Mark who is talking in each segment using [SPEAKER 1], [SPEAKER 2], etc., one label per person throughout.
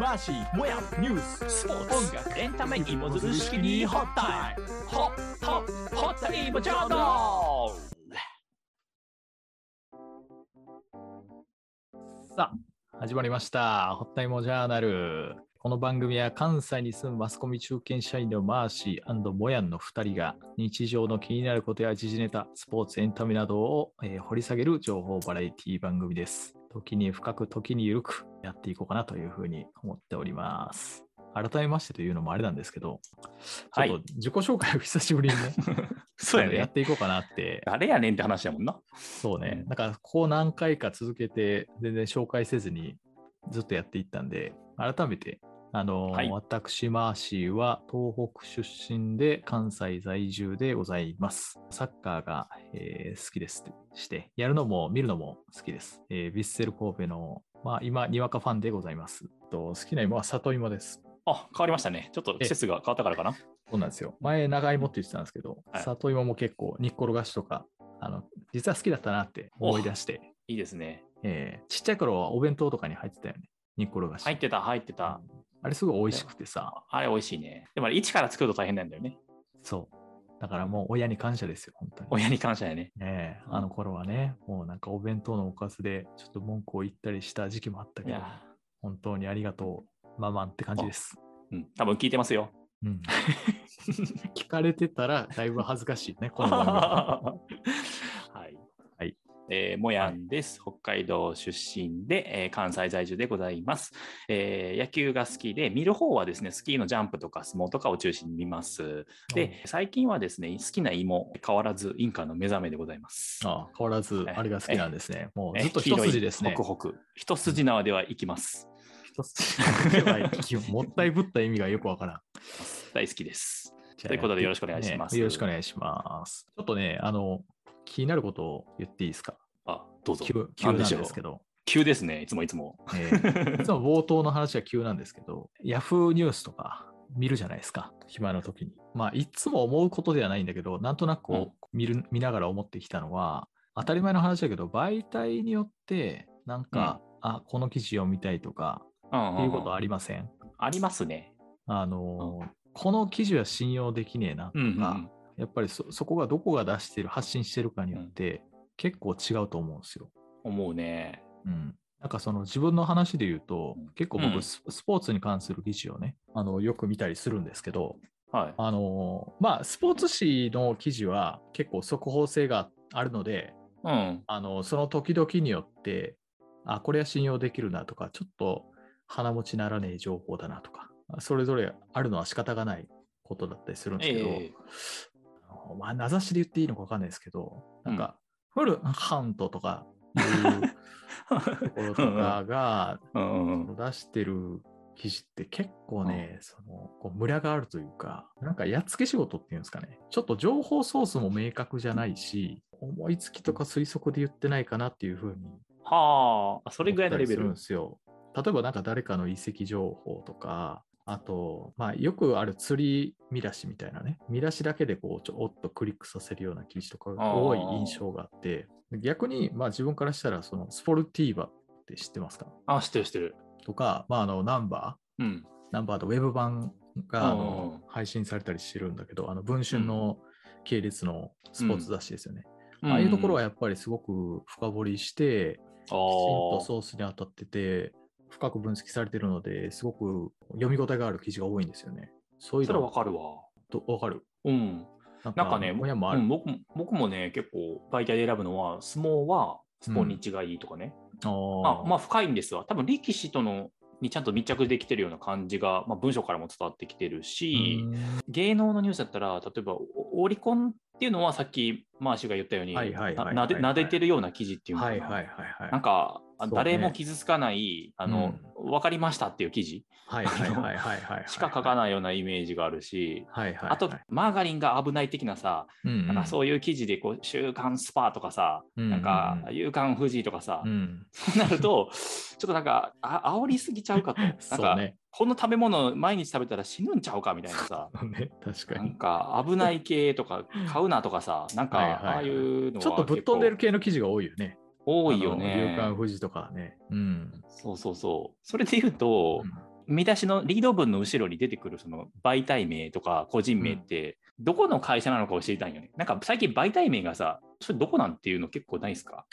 [SPEAKER 1] 話もやニュー
[SPEAKER 2] ス
[SPEAKER 1] ス
[SPEAKER 2] ポーツ音楽エンタメ芋づる式にホッタイムホッホッホッタイムチャンネ
[SPEAKER 1] さあ始まりました「ホッタイモジャーナル」この番組は関西に住むマスコミ中堅社員のマーシーモヤンの2人が日常の気になることや時事ネタスポーツエンタメなどを、えー掘り下げる情報バラエティ番組です時に深く時に緩くやっていこうかなというふうに思っております改めましてというのもあれなんですけど、
[SPEAKER 2] はい
[SPEAKER 1] ちょっと自己紹介を久しぶりにね、
[SPEAKER 2] ル そうや
[SPEAKER 1] や
[SPEAKER 2] ね
[SPEAKER 1] っていこうかなって
[SPEAKER 2] 誰やねんって話やもんな
[SPEAKER 1] そうね
[SPEAKER 2] う、ん
[SPEAKER 1] なんかこう何回か続けて、全然紹介せずにずっとやっていったんで、改めて、あのー
[SPEAKER 2] はい
[SPEAKER 1] 私、マーシーは東北出身で関西在住でございます。サッカーが、えー好きですして、やるのも見るのも好きです。えーヴィッセル神戸の、まあ、今、にわかファンでございます。と好きな芋は里芋です。
[SPEAKER 2] あ変わりましたねちょっと季節が変わったからかな
[SPEAKER 1] そうなんですよ。前、長芋って言ってたんですけど、
[SPEAKER 2] はい
[SPEAKER 1] 里芋も結構、煮っころがしとか、あの実は好きだったなって思い出して、
[SPEAKER 2] いいですね
[SPEAKER 1] えーちっちゃい頃はお弁当とかに入ってたよね。煮っころがし。
[SPEAKER 2] 入ってた入ってた
[SPEAKER 1] あれすごい美味しくてさ。
[SPEAKER 2] あれ美味しいねでもあれ一から作ると大変なんだよね
[SPEAKER 1] そう。だからもう親に感謝ですよ、本当に。
[SPEAKER 2] 親に感謝やね
[SPEAKER 1] ねえ、
[SPEAKER 2] うん
[SPEAKER 1] あの頃はね、もうなんかお弁当のおかずでちょっと文句を言ったりした時期もあった
[SPEAKER 2] い
[SPEAKER 1] けど、
[SPEAKER 2] や
[SPEAKER 1] 本当にありがとう、ママンって感じです。
[SPEAKER 2] うん多分聞いてますよ
[SPEAKER 1] うん、 聞かれてたらだいぶ恥ずかしいね、この番組は
[SPEAKER 2] はい。
[SPEAKER 1] はい。
[SPEAKER 2] えー、もやんです。北海道出身で、えー関西在住でございます、えー野球が好きで、見る方はですね、スキーのジャンプとか相撲とかを中心に見ます。で、最近はですね、好きな芋、変わらずインカの目覚めでございます。
[SPEAKER 1] ああ変わらずあれが好きなんですね。もう
[SPEAKER 2] え
[SPEAKER 1] ずっと一筋ですね
[SPEAKER 2] 黄色 い。ホクホク。一筋縄ではいきます。
[SPEAKER 1] 一筋ではいきもったいぶった意味がよくわからん。
[SPEAKER 2] 大好きです。
[SPEAKER 1] と
[SPEAKER 2] ということでよろしくお願いします
[SPEAKER 1] よろしくお願いします。ちょっとね、あの、気になることを言っていいですか
[SPEAKER 2] あ、どうぞ。
[SPEAKER 1] 急急
[SPEAKER 2] な
[SPEAKER 1] な
[SPEAKER 2] ん
[SPEAKER 1] ん
[SPEAKER 2] でしょう
[SPEAKER 1] ですけど、
[SPEAKER 2] 急ですね、いつもいつも。
[SPEAKER 1] え ーいつも冒頭の話は急なんですけど、ヤフーニュースとか見るじゃないですか、暇の時に。まあ、いつも思うことではないんだけど、なんとなくこう
[SPEAKER 2] うん
[SPEAKER 1] 見る、見ながら思ってきたのは、当たり前の話だけど、媒体によって、なんか、あ、この記事を見たいとか、
[SPEAKER 2] うん
[SPEAKER 1] いうこと
[SPEAKER 2] あ
[SPEAKER 1] ありません、
[SPEAKER 2] ありますね。
[SPEAKER 1] あのー、この記事は信用できねえなとか、
[SPEAKER 2] うん、うん。
[SPEAKER 1] やっぱりそそこがどこが出してる発信してるかによって結構違うと思うんですよ。
[SPEAKER 2] 思うね。
[SPEAKER 1] うん、なんかその自分の話で言うと
[SPEAKER 2] うん
[SPEAKER 1] 結構
[SPEAKER 2] う
[SPEAKER 1] 僕
[SPEAKER 2] ん
[SPEAKER 1] ス,、スポーツに関する記事をねあのよく見たりするんですけど
[SPEAKER 2] はい。
[SPEAKER 1] あのまあスポーツ紙の記事は結構速報性があるので
[SPEAKER 2] うん。
[SPEAKER 1] あのその時々によってあこれは信用できるなとかちょっと鼻持ちならねえ情報だなとかそれぞれあるのは仕方がないことだったりするんですけど、
[SPEAKER 2] ええ
[SPEAKER 1] あのまあ名指しで言っていいのか分かんないですけどなんか、フルハントとかいうところとかが
[SPEAKER 2] うんうんうん
[SPEAKER 1] 出してる記事って結構ね、そのこうムラがあるというかなんかやっつけ仕事っていうんですかねちょっと情報ソースも明確じゃないし思いつきとか推測で言ってないかなっていうふうに
[SPEAKER 2] はあ、それぐらいのレベ
[SPEAKER 1] 思
[SPEAKER 2] ル
[SPEAKER 1] ったり。するんですよ。例えばなんか誰かの遺跡情報とか、あと、まあ、よくある釣り見出しみたいなね、見出しだけでこうちょおっとクリックさせるような記事とかが多い印象があって、逆にまあ自分からしたら、そのスポルティーバって知ってますか
[SPEAKER 2] あ、知ってる知ってる。
[SPEAKER 1] とか、まあ、あのナンバ
[SPEAKER 2] うん。
[SPEAKER 1] ー、ナンバーのウェブ版があ
[SPEAKER 2] うんうん
[SPEAKER 1] の配信されたりしてるんだけど、あの文春の系列のスポーツ雑誌ですよね。ああいうところは
[SPEAKER 2] や
[SPEAKER 1] やっぱりすごく深掘りして、きちんとソースに当たってて、深く分析されてるので、すごく読み応えがある記事が多いんですよね。そういう
[SPEAKER 2] それは
[SPEAKER 1] の
[SPEAKER 2] わかるわ。
[SPEAKER 1] とわかる。
[SPEAKER 2] うん。
[SPEAKER 1] なん
[SPEAKER 2] なんかね、
[SPEAKER 1] もやもある。
[SPEAKER 2] うん僕も僕もね、結構媒体で選ぶのは、相撲はスポニチがいいとかね。
[SPEAKER 1] あ
[SPEAKER 2] まあ、
[SPEAKER 1] ー
[SPEAKER 2] まあ、深いんですわ。多分力士とのにちゃんと密着できてるような感じが、まあ、文章からも伝わってきてる
[SPEAKER 1] う
[SPEAKER 2] し、
[SPEAKER 1] ーん
[SPEAKER 2] 芸能のニュースだったら、例えばオオリコンっていうのはさっきマーシュが言ったように、
[SPEAKER 1] はいはいはいはい
[SPEAKER 2] ななでなでてるような記事っていうのかな
[SPEAKER 1] は
[SPEAKER 2] い
[SPEAKER 1] はいはい
[SPEAKER 2] な
[SPEAKER 1] は
[SPEAKER 2] んか、あ
[SPEAKER 1] そうね
[SPEAKER 2] 誰も傷つかない、あの、わかりましたっていう記事
[SPEAKER 1] い。はいはいはいはいはい。
[SPEAKER 2] しか書かないようなイメージがあるし、
[SPEAKER 1] はいはい。
[SPEAKER 2] あと、マーガリンが危ない的なさ、
[SPEAKER 1] うん
[SPEAKER 2] なんかそういう記事で、こう、週刊スパーとかさ、
[SPEAKER 1] うん、
[SPEAKER 2] なんか、
[SPEAKER 1] う
[SPEAKER 2] 夕刊富士とかさ
[SPEAKER 1] う、ん、
[SPEAKER 2] そうなると、ちょっとなんか、あ煽りすぎちゃうかと。なん
[SPEAKER 1] そう
[SPEAKER 2] か、
[SPEAKER 1] ね。
[SPEAKER 2] この食べ物毎日食べたら死ぬんちゃうかみたいな さ。
[SPEAKER 1] ね確か
[SPEAKER 2] なん
[SPEAKER 1] に。
[SPEAKER 2] か危ない系とか買うなとかさ、なんか
[SPEAKER 1] はいはいはい
[SPEAKER 2] ああいうのは
[SPEAKER 1] ちょっとぶっ飛んでる系の記事が多いよ
[SPEAKER 2] 結
[SPEAKER 1] ね。
[SPEAKER 2] 構多いよ
[SPEAKER 1] あの
[SPEAKER 2] ね
[SPEAKER 1] 夕。刊富士とかね。うん。
[SPEAKER 2] そうそうそう。それで言うと、
[SPEAKER 1] うん
[SPEAKER 2] 見出しのリード文の後ろに出てくるその媒体名とか個人名って、どこの会社なのかを知りたいよね。なんか最近媒体名がさ、それどこなんていうの結構ないですか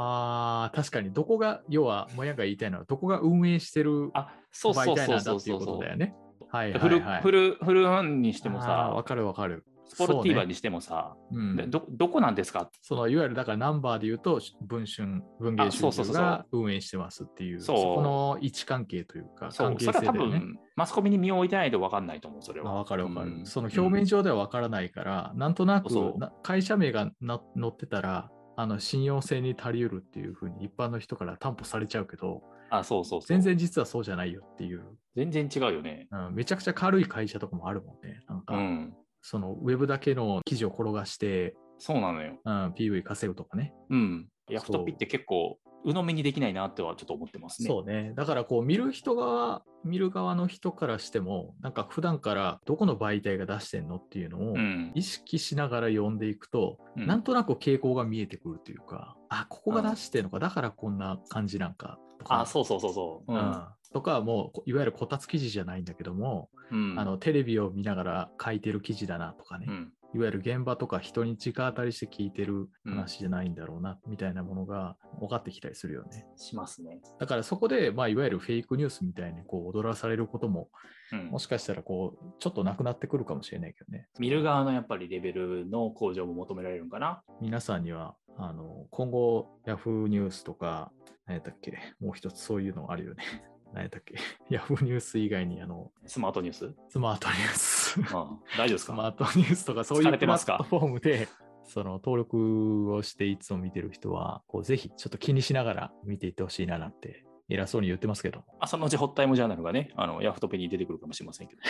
[SPEAKER 1] あー確かにどこが要はもやが言いたいのはどこが運営してる
[SPEAKER 2] あ、そうそ
[SPEAKER 1] 媒
[SPEAKER 2] う
[SPEAKER 1] 体
[SPEAKER 2] そう
[SPEAKER 1] なんだ
[SPEAKER 2] そう
[SPEAKER 1] ってい
[SPEAKER 2] そうう
[SPEAKER 1] ことだよ
[SPEAKER 2] そ。
[SPEAKER 1] ね。はいうは
[SPEAKER 2] フ
[SPEAKER 1] い
[SPEAKER 2] ル
[SPEAKER 1] はい。
[SPEAKER 2] フルフルフンにしても
[SPEAKER 1] あーわ
[SPEAKER 2] さ、
[SPEAKER 1] かるわかる。
[SPEAKER 2] スポルティーバ
[SPEAKER 1] そうね
[SPEAKER 2] にしてもさ、
[SPEAKER 1] うん
[SPEAKER 2] でどどこなんですか
[SPEAKER 1] そのいわゆるだからナンバーで言うと文春文芸
[SPEAKER 2] あそうそうそうそう
[SPEAKER 1] 春秋が運営してますっていう
[SPEAKER 2] そう
[SPEAKER 1] この位置関係というか
[SPEAKER 2] そう
[SPEAKER 1] 関係
[SPEAKER 2] そ
[SPEAKER 1] 性
[SPEAKER 2] れは
[SPEAKER 1] で
[SPEAKER 2] 多分、
[SPEAKER 1] ね。
[SPEAKER 2] マスコミに身を置いてないと分かんないと思う、それ
[SPEAKER 1] あ
[SPEAKER 2] は。
[SPEAKER 1] わかるわかる、
[SPEAKER 2] うん
[SPEAKER 1] その表面上ではわからないから、なんとなく
[SPEAKER 2] そうそう
[SPEAKER 1] な会社名がな載ってたらあの信用性に足りうるっていうふうに一般の人から担保されちゃうけど
[SPEAKER 2] あ、そうそうそう
[SPEAKER 1] 全然実はそうじゃないよっていう、
[SPEAKER 2] 全然違うよね。
[SPEAKER 1] うん、めちゃくちゃ軽い会社とかもあるもんねなんか、
[SPEAKER 2] うん。
[SPEAKER 1] そのウェブだけの記事を転がして、
[SPEAKER 2] そうなのよ。
[SPEAKER 1] うん、PV 稼ぐとかね
[SPEAKER 2] うん。ヤフトピ
[SPEAKER 1] そう
[SPEAKER 2] って結構、鵜呑みにできないなってはちょっと思ってますね。
[SPEAKER 1] そうね。だからこう見る人側、見る側の人からしても、なんか普段からどこの媒体が出してんのっていうのを
[SPEAKER 2] うん。
[SPEAKER 1] 意識しながら読んでいくと、
[SPEAKER 2] うん
[SPEAKER 1] なんとなく傾向が見えてくるというか、あ、ここが出してんのか、だからこんな感じなんかとか。
[SPEAKER 2] あ、そうそうそうそう。
[SPEAKER 1] う。
[SPEAKER 2] うんん。
[SPEAKER 1] とかはもういわゆるこたつ記事じゃないんだけども、
[SPEAKER 2] うん、
[SPEAKER 1] あのテレビを見ながら書いてる記事だなとかね、
[SPEAKER 2] うん、
[SPEAKER 1] いわゆる現場とか人に直当たりして聞いてる話じゃないんだろうな、みたいなものが分かってきたりするよね。
[SPEAKER 2] しますね。
[SPEAKER 1] だからそこで、まあ、いわゆるフェイクニュースみたいにこう踊らされることも、
[SPEAKER 2] うん
[SPEAKER 1] も、しかしたらこうちょっとなくなってくるかもしれないけどね。
[SPEAKER 2] 見る側のやっぱりレベルの向上も求められるのかな。
[SPEAKER 1] 皆さんには、あの今後、ヤフーニュースとか、何やったっけ、もう一つそういうのあるよね。 何やったっけ、ヤフーニュース以外にあの
[SPEAKER 2] スマートニュース。うん、
[SPEAKER 1] スマートニュース、
[SPEAKER 2] 大丈夫です
[SPEAKER 1] スマ
[SPEAKER 2] か
[SPEAKER 1] ートニュースとかそうい
[SPEAKER 2] 疲れ
[SPEAKER 1] うプ
[SPEAKER 2] て
[SPEAKER 1] ラ
[SPEAKER 2] ま
[SPEAKER 1] ッ
[SPEAKER 2] すか
[SPEAKER 1] トフォームで、その登録をしていつも見てる人は、こうぜひちょっと気にしながら見ていってほしいななんて、偉そうに言ってますけど。
[SPEAKER 2] まあ、そのうちホッタイムジャーナルがね、あのヤフトピに出てくるかもしれませんけど。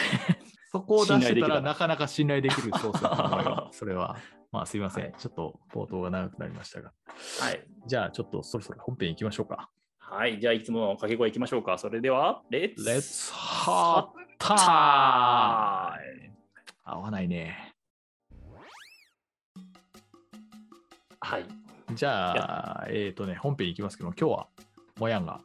[SPEAKER 1] そこを出してた
[SPEAKER 2] 信頼でき
[SPEAKER 1] ら
[SPEAKER 2] た。
[SPEAKER 1] なかなか信頼できるソースだと思うよそ れは。まあすいません、
[SPEAKER 2] はい
[SPEAKER 1] ちょっと冒頭が長くなりましたが。
[SPEAKER 2] はい。
[SPEAKER 1] じゃあちょっとそろそろ本編行きましょうか。
[SPEAKER 2] はい。じゃあ、いつもの掛け声いきましょうか。それでは、レッツ
[SPEAKER 1] Let's
[SPEAKER 2] ホ
[SPEAKER 1] hot
[SPEAKER 2] ッ
[SPEAKER 1] time! 合わないね。
[SPEAKER 2] はい。
[SPEAKER 1] じゃあ、えっ、とね、本編行きますけど、今日はモヤンが、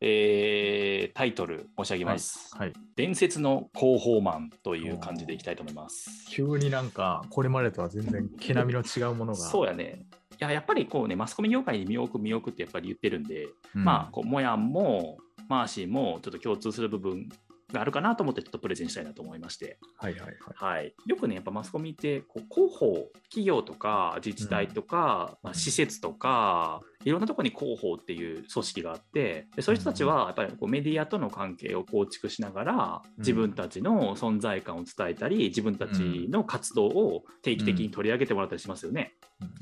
[SPEAKER 2] えータイトル申し上げます。
[SPEAKER 1] はい、
[SPEAKER 2] 伝説の広報マンという感じでいきたいと思います。
[SPEAKER 1] 急になんかこれまでとは全然毛並みの違うもの が。
[SPEAKER 2] そうやね。いややっぱりこうねマスコミ業界に身を置く身を置くってやっぱり言ってるんで、
[SPEAKER 1] うん
[SPEAKER 2] まあこうモヤンもマーシーもちょっと共通する部分があるかなと思ってちょっとプレゼンしたいなと思いまして、
[SPEAKER 1] はいはいはい。
[SPEAKER 2] はい、よくねやっぱマスコミってこう広報企業とか自治体とか、まあ、施設とかいろんなところに広報っていう組織があってでそういう人たちはやっぱりこうメディアとの関係を構築しながら
[SPEAKER 1] うん
[SPEAKER 2] 自分たちの存在感を伝えたり自分たちの活動を定期的に取り上げてもらったりしますよね。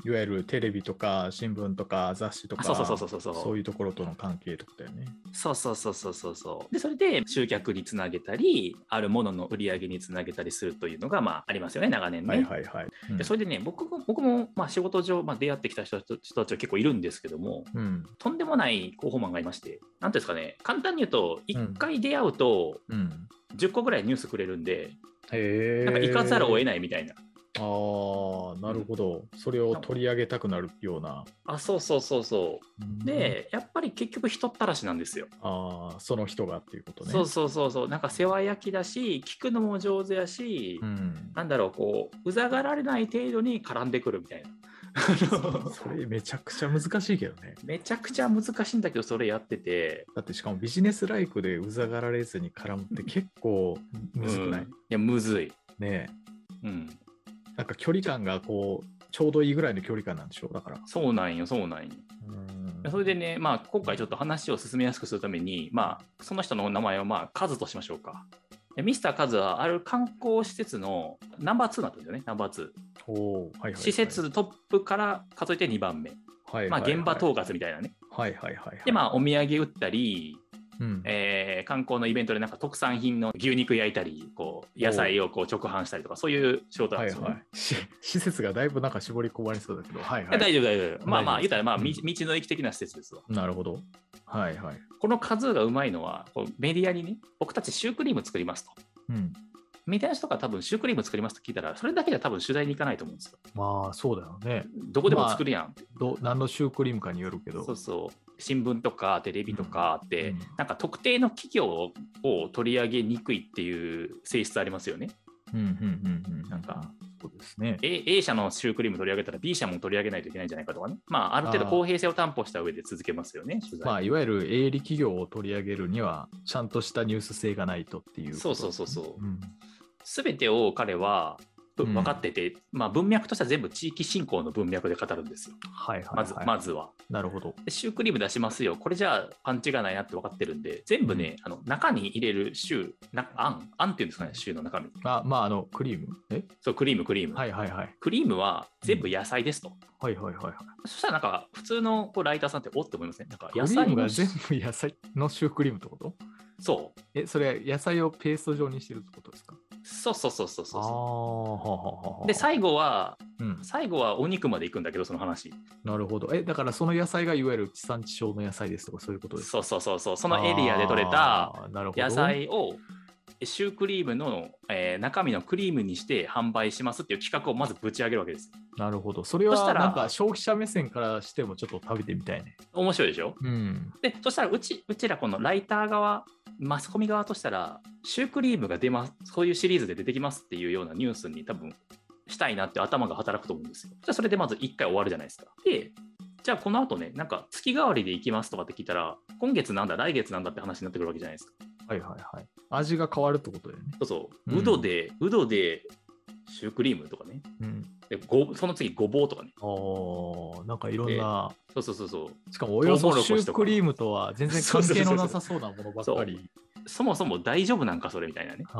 [SPEAKER 1] いわゆるテレビとか新聞とか雑誌とか、
[SPEAKER 2] あそうそうそうそうそう
[SPEAKER 1] そういうところとの関係とかだよね。
[SPEAKER 2] そうそうそうそうそうそうでそれで集客につなげたりあるものの売り上げにつなげたりするというのがまあありますよね長年ね。
[SPEAKER 1] はいはいはい。うん
[SPEAKER 2] でそれでね僕も僕もまあ仕事上、まあ、出会ってきた人人たちは結構いるんですけども
[SPEAKER 1] うん。
[SPEAKER 2] とんでもない広報マンがいまして何ていうんですかね簡単に言うと
[SPEAKER 1] うん
[SPEAKER 2] 1回出会うと
[SPEAKER 1] うん。
[SPEAKER 2] 10個ぐらいニュースくれるんで、
[SPEAKER 1] へえ。
[SPEAKER 2] なんか行かざるを得ないみたいな。
[SPEAKER 1] ああ、なるほど。それを取り上げたくなるような。
[SPEAKER 2] あそうそうそうそうでやっぱり結局人ったらしなんですよ。
[SPEAKER 1] うん、ああ、その人がっていうことね。
[SPEAKER 2] そうそうそうそうなんか世話焼きだし聞くのも上手やし、
[SPEAKER 1] うん。
[SPEAKER 2] なんだろう、こう、うざがられない程度に絡んでくるみたいな。
[SPEAKER 1] それめちゃくちゃ難しいけどね。
[SPEAKER 2] めちゃくちゃ難しいんだけど、それやってて。
[SPEAKER 1] だってしかもビジネスライクでうざがられずに絡むって結構むずくない、
[SPEAKER 2] うんいや、むずい。
[SPEAKER 1] ね
[SPEAKER 2] うん。
[SPEAKER 1] えなんか距離感がこう、ちょうどいいぐらいの距離感なんでしょう、だから。
[SPEAKER 2] そうなんよ、そうなんよ。
[SPEAKER 1] うん
[SPEAKER 2] それでね、まあ、今回ちょっと話を進めやすくするために、まあ、その人の名前を、まあ、カズとしましょうか。でミスターカズは、ある観光施設のナンバー2なんですよね、ナンバー2。
[SPEAKER 1] おーはいはいはい
[SPEAKER 2] 施設トップから数えて2番目。
[SPEAKER 1] はい
[SPEAKER 2] まあ、
[SPEAKER 1] はいはい
[SPEAKER 2] 現場統括みたいなね。
[SPEAKER 1] はいはいはいはい。
[SPEAKER 2] で、まあ、お土産売ったり、
[SPEAKER 1] うん
[SPEAKER 2] えー観光のイベントでなんか特産品の牛肉焼いたりこう野菜をこう直販したりとかそういう仕事な
[SPEAKER 1] は
[SPEAKER 2] ん
[SPEAKER 1] い
[SPEAKER 2] ですよ、ね
[SPEAKER 1] はい。し施設がだいぶなんか絞り込まれそうだけど、はいはい
[SPEAKER 2] や
[SPEAKER 1] い。
[SPEAKER 2] 大丈夫大丈夫まあまあ
[SPEAKER 1] 大丈夫で
[SPEAKER 2] 言っ
[SPEAKER 1] す
[SPEAKER 2] たらまあ
[SPEAKER 1] うん
[SPEAKER 2] み道の駅的な施設ですわ
[SPEAKER 1] なるほど。はいはい。
[SPEAKER 2] この数がうまいのはこうメディアにね僕たちシュークリーム作りますと
[SPEAKER 1] うん。
[SPEAKER 2] メディアの人とか多分シュークリーム作りますと聞いたらそれだけじゃ多分取材に行かないと思うんですよ
[SPEAKER 1] まあそうだよね。
[SPEAKER 2] どこでも作るやん、
[SPEAKER 1] ど何のシュークリームかによるけど。
[SPEAKER 2] そうそう新聞とかテレビとかって、
[SPEAKER 1] うん
[SPEAKER 2] なんか特定の企業を取り上げにくいっていう性質ありますよね。
[SPEAKER 1] うんうんうんうん、なんか、そうですね。
[SPEAKER 2] A, A 社のシュークリーム取り上げたら B 社も取り上げないといけないんじゃないかとかね、まあ、ある程度
[SPEAKER 1] あー
[SPEAKER 2] 公平性を担保した上で続けますよね、取材。
[SPEAKER 1] まあ、いわゆる営利企業を取り上げるには、ちゃんとしたニュース性がないとっていうこと
[SPEAKER 2] そう
[SPEAKER 1] です
[SPEAKER 2] そ
[SPEAKER 1] ね、
[SPEAKER 2] うそうそう。
[SPEAKER 1] ん
[SPEAKER 2] すべてを彼はぶ
[SPEAKER 1] うん
[SPEAKER 2] 分かってて、まあ、文脈としては全部地域振興の文脈で語るんですよ、
[SPEAKER 1] はいはい、はい。
[SPEAKER 2] まず,、まずは。
[SPEAKER 1] なるほど。
[SPEAKER 2] でシュークリーム出しますよ、これじゃあパンチがないなって分かってるんで、全部ね、あの中に入れるシュー、なあん、あんっていうんですかね、シューの中身。
[SPEAKER 1] あ、まあ、あの、クリーム。え
[SPEAKER 2] そう、クリーム、クリーム。
[SPEAKER 1] はいはいはい。
[SPEAKER 2] クリームは全部野菜ですと。
[SPEAKER 1] はいはいはいはい。
[SPEAKER 2] そしたらなんか、普通のこうライターさんっておって思いますね。なんか
[SPEAKER 1] クリ
[SPEAKER 2] 野
[SPEAKER 1] ー
[SPEAKER 2] 菜
[SPEAKER 1] ム
[SPEAKER 2] の
[SPEAKER 1] が全部野菜のシュークリームってこと
[SPEAKER 2] そう
[SPEAKER 1] え、それ野菜をペースト状にしてるってことですか
[SPEAKER 2] そうそうそうそう
[SPEAKER 1] ああ、
[SPEAKER 2] そ
[SPEAKER 1] はあはあはあ
[SPEAKER 2] う。で、最後は、
[SPEAKER 1] うん、
[SPEAKER 2] 最後はお肉まで行くんだけど、その話。
[SPEAKER 1] なるほど。え、だからその野菜がいわゆる地産地消の野菜ですとかそういうことですか
[SPEAKER 2] そうそうそうそう。そのエリアで採れた
[SPEAKER 1] あーなるほど
[SPEAKER 2] 野菜をシュークリームの、えー中身のクリームにして販売しますっていう企画をまずぶち上げるわけです。
[SPEAKER 1] なるほど。それ
[SPEAKER 2] そし
[SPEAKER 1] は
[SPEAKER 2] たら
[SPEAKER 1] なんか消費者目線からしてもちょっと食べてみたいね。
[SPEAKER 2] 面白いでしょ
[SPEAKER 1] うん。
[SPEAKER 2] で、そしたらうちうちらこのライター側、マスコミ側としたら、シュークリームが出ます、そういうシリーズで出てきますっていうようなニュースに多分したいなって頭が働くと思うんですよ。じゃあそれでまず1回終わるじゃないですか。で、じゃあこの後ね、なんか月替わりで行きますとかって聞いたら、今月なんだ、来月なんだって話になってくるわけじゃないですか。
[SPEAKER 1] はいはいはい。味が変わるってことだよね。
[SPEAKER 2] そうそう、
[SPEAKER 1] うん
[SPEAKER 2] ウドで、ウドでシュークリームとかね、
[SPEAKER 1] うん。
[SPEAKER 2] でごその次、ごぼうとかね、
[SPEAKER 1] おーなんかいろんな、
[SPEAKER 2] そうそうそうそう、
[SPEAKER 1] しかもおよそ
[SPEAKER 2] トウモロ
[SPEAKER 1] シ
[SPEAKER 2] コ
[SPEAKER 1] ュ
[SPEAKER 2] シと
[SPEAKER 1] ー
[SPEAKER 2] か
[SPEAKER 1] クリームとは全然関係のなさそうなものばっかり。
[SPEAKER 2] そもそも大丈夫なんか、それみたいなね、
[SPEAKER 1] あ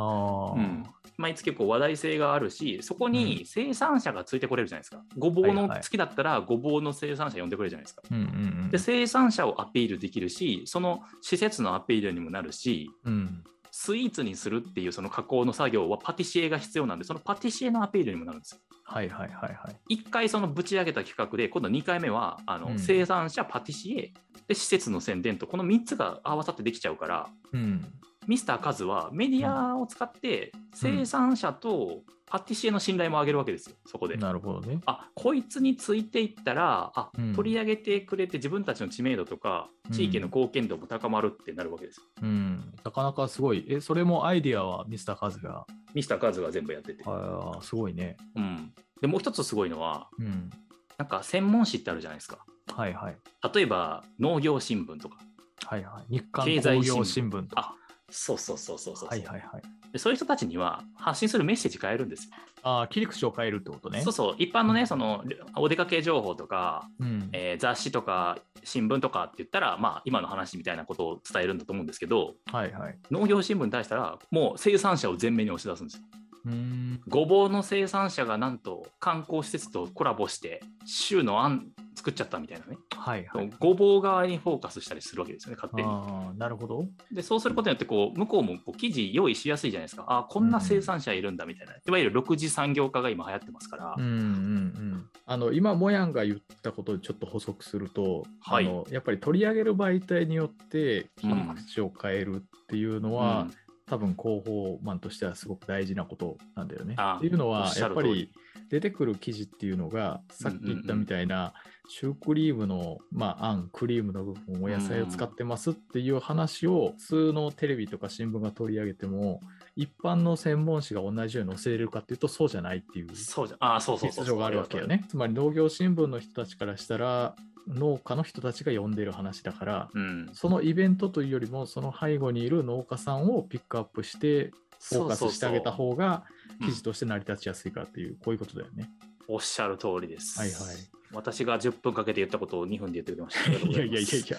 [SPEAKER 1] あ、
[SPEAKER 2] うん毎月結構話題性があるし、そこに生産者がついてこれるじゃないですか、ごぼう
[SPEAKER 1] はい
[SPEAKER 2] の
[SPEAKER 1] はい
[SPEAKER 2] 月だったら、ごぼうの生産者呼んでくれるじゃないですか。
[SPEAKER 1] うんうんうん
[SPEAKER 2] で生産者をアピールできるし、その施設のアピールにもなるし、
[SPEAKER 1] うん。
[SPEAKER 2] スイーツにするっていうその加工の作業はパティシエが必要なんで、そのパティシエのアピールにもなるんですよ
[SPEAKER 1] はいはいはいはい。
[SPEAKER 2] 1回そのぶち上げた企画で今度2回目はあの、
[SPEAKER 1] うん
[SPEAKER 2] 生産者パティシエで施設の宣伝とこの3つが合わさってできちゃうから
[SPEAKER 1] うん。
[SPEAKER 2] ミスターカズはメディアを使って生産者とパティシエの信頼も上げるわけですよそこで。
[SPEAKER 1] なるほどね。
[SPEAKER 2] あこいつについていったらあ、
[SPEAKER 1] うん
[SPEAKER 2] 取り上げてくれて自分たちの知名度とか地域の貢献度も高まるってなるわけですよ、
[SPEAKER 1] うん。なかなかすごい。え、それもアイディアはミスターカズが。
[SPEAKER 2] ミスターカズが全部やってて、
[SPEAKER 1] ああ、すごいね。
[SPEAKER 2] うん、でもう一つすごいのは
[SPEAKER 1] うん。
[SPEAKER 2] なんか専門誌ってあるじゃないですか
[SPEAKER 1] はいはい。
[SPEAKER 2] 例えば農業新聞とか
[SPEAKER 1] はいはい。日刊
[SPEAKER 2] 経済
[SPEAKER 1] 工
[SPEAKER 2] 新聞
[SPEAKER 1] 業新聞とか。
[SPEAKER 2] あそうそうそうそうそうそう、
[SPEAKER 1] はいはいはい。
[SPEAKER 2] でそういう人たちには発信するメッセージ変えるんですよ。
[SPEAKER 1] ああ、切り口を変えるってことね。
[SPEAKER 2] そうそう、一般のね、そのお出かけ情報とか、
[SPEAKER 1] うん。
[SPEAKER 2] えー雑誌とか新聞とかって言ったら、まあ、今の話みたいなことを伝えるんだと思うんですけど、
[SPEAKER 1] はいはい。
[SPEAKER 2] 農業新聞に対したら、もう生産者を前面に押し出すんですよ。
[SPEAKER 1] うーん。
[SPEAKER 2] ごぼうの生産者がなんと観光施設とコラボして、州の案作っちゃったみたいなね、
[SPEAKER 1] はいはい。
[SPEAKER 2] ごぼう側にフォーカスしたりするわけですよね、勝手に。
[SPEAKER 1] ああ、なるほど。
[SPEAKER 2] でそうすることによってこう向こうもこう記事用意しやすいじゃないですかあこんな生産者いるんだみたいな、いわゆる6次産業化が今流行ってますから、
[SPEAKER 1] うんうんうん。あの、今、モヤンが言ったことをちょっと補足すると、
[SPEAKER 2] はい
[SPEAKER 1] あのやっぱり取り上げる媒体によって切り口を変えるっていうのは、
[SPEAKER 2] うん
[SPEAKER 1] 多分広報マンとしてはすごく大事なことなんだよね。
[SPEAKER 2] あ
[SPEAKER 1] っていうの
[SPEAKER 2] おっ
[SPEAKER 1] は
[SPEAKER 2] しゃ
[SPEAKER 1] やっ
[SPEAKER 2] る
[SPEAKER 1] ぱ
[SPEAKER 2] 通り
[SPEAKER 1] り出てくる記事っていうのがさっき言ったみたいな、シュークリームの、まあ、あんクリームの部分を野菜を使ってますっていう話を普通のテレビとか新聞が取り上げても一般の専門誌が同じように載せれるかっていうとそうじゃないっていう
[SPEAKER 2] そうじゃああそうそうそ
[SPEAKER 1] 実
[SPEAKER 2] うそう
[SPEAKER 1] 情があるわけよね。つまり農業新聞の人たちからしたら農家の人たちが読んでる話だから
[SPEAKER 2] うん
[SPEAKER 1] そのイベントというよりもその背後にいる農家さんをピックアップしてフォーカスしてあげた方が記事として成り立ちやすいからっていうこういうことだよね。
[SPEAKER 2] おっしゃる通りです、
[SPEAKER 1] はいはい
[SPEAKER 2] 私が10分かけて言ったことを2分で言ってくれましたありがとう ご
[SPEAKER 1] い
[SPEAKER 2] ざ
[SPEAKER 1] や
[SPEAKER 2] い
[SPEAKER 1] い
[SPEAKER 2] ま
[SPEAKER 1] やい
[SPEAKER 2] す
[SPEAKER 1] やいや。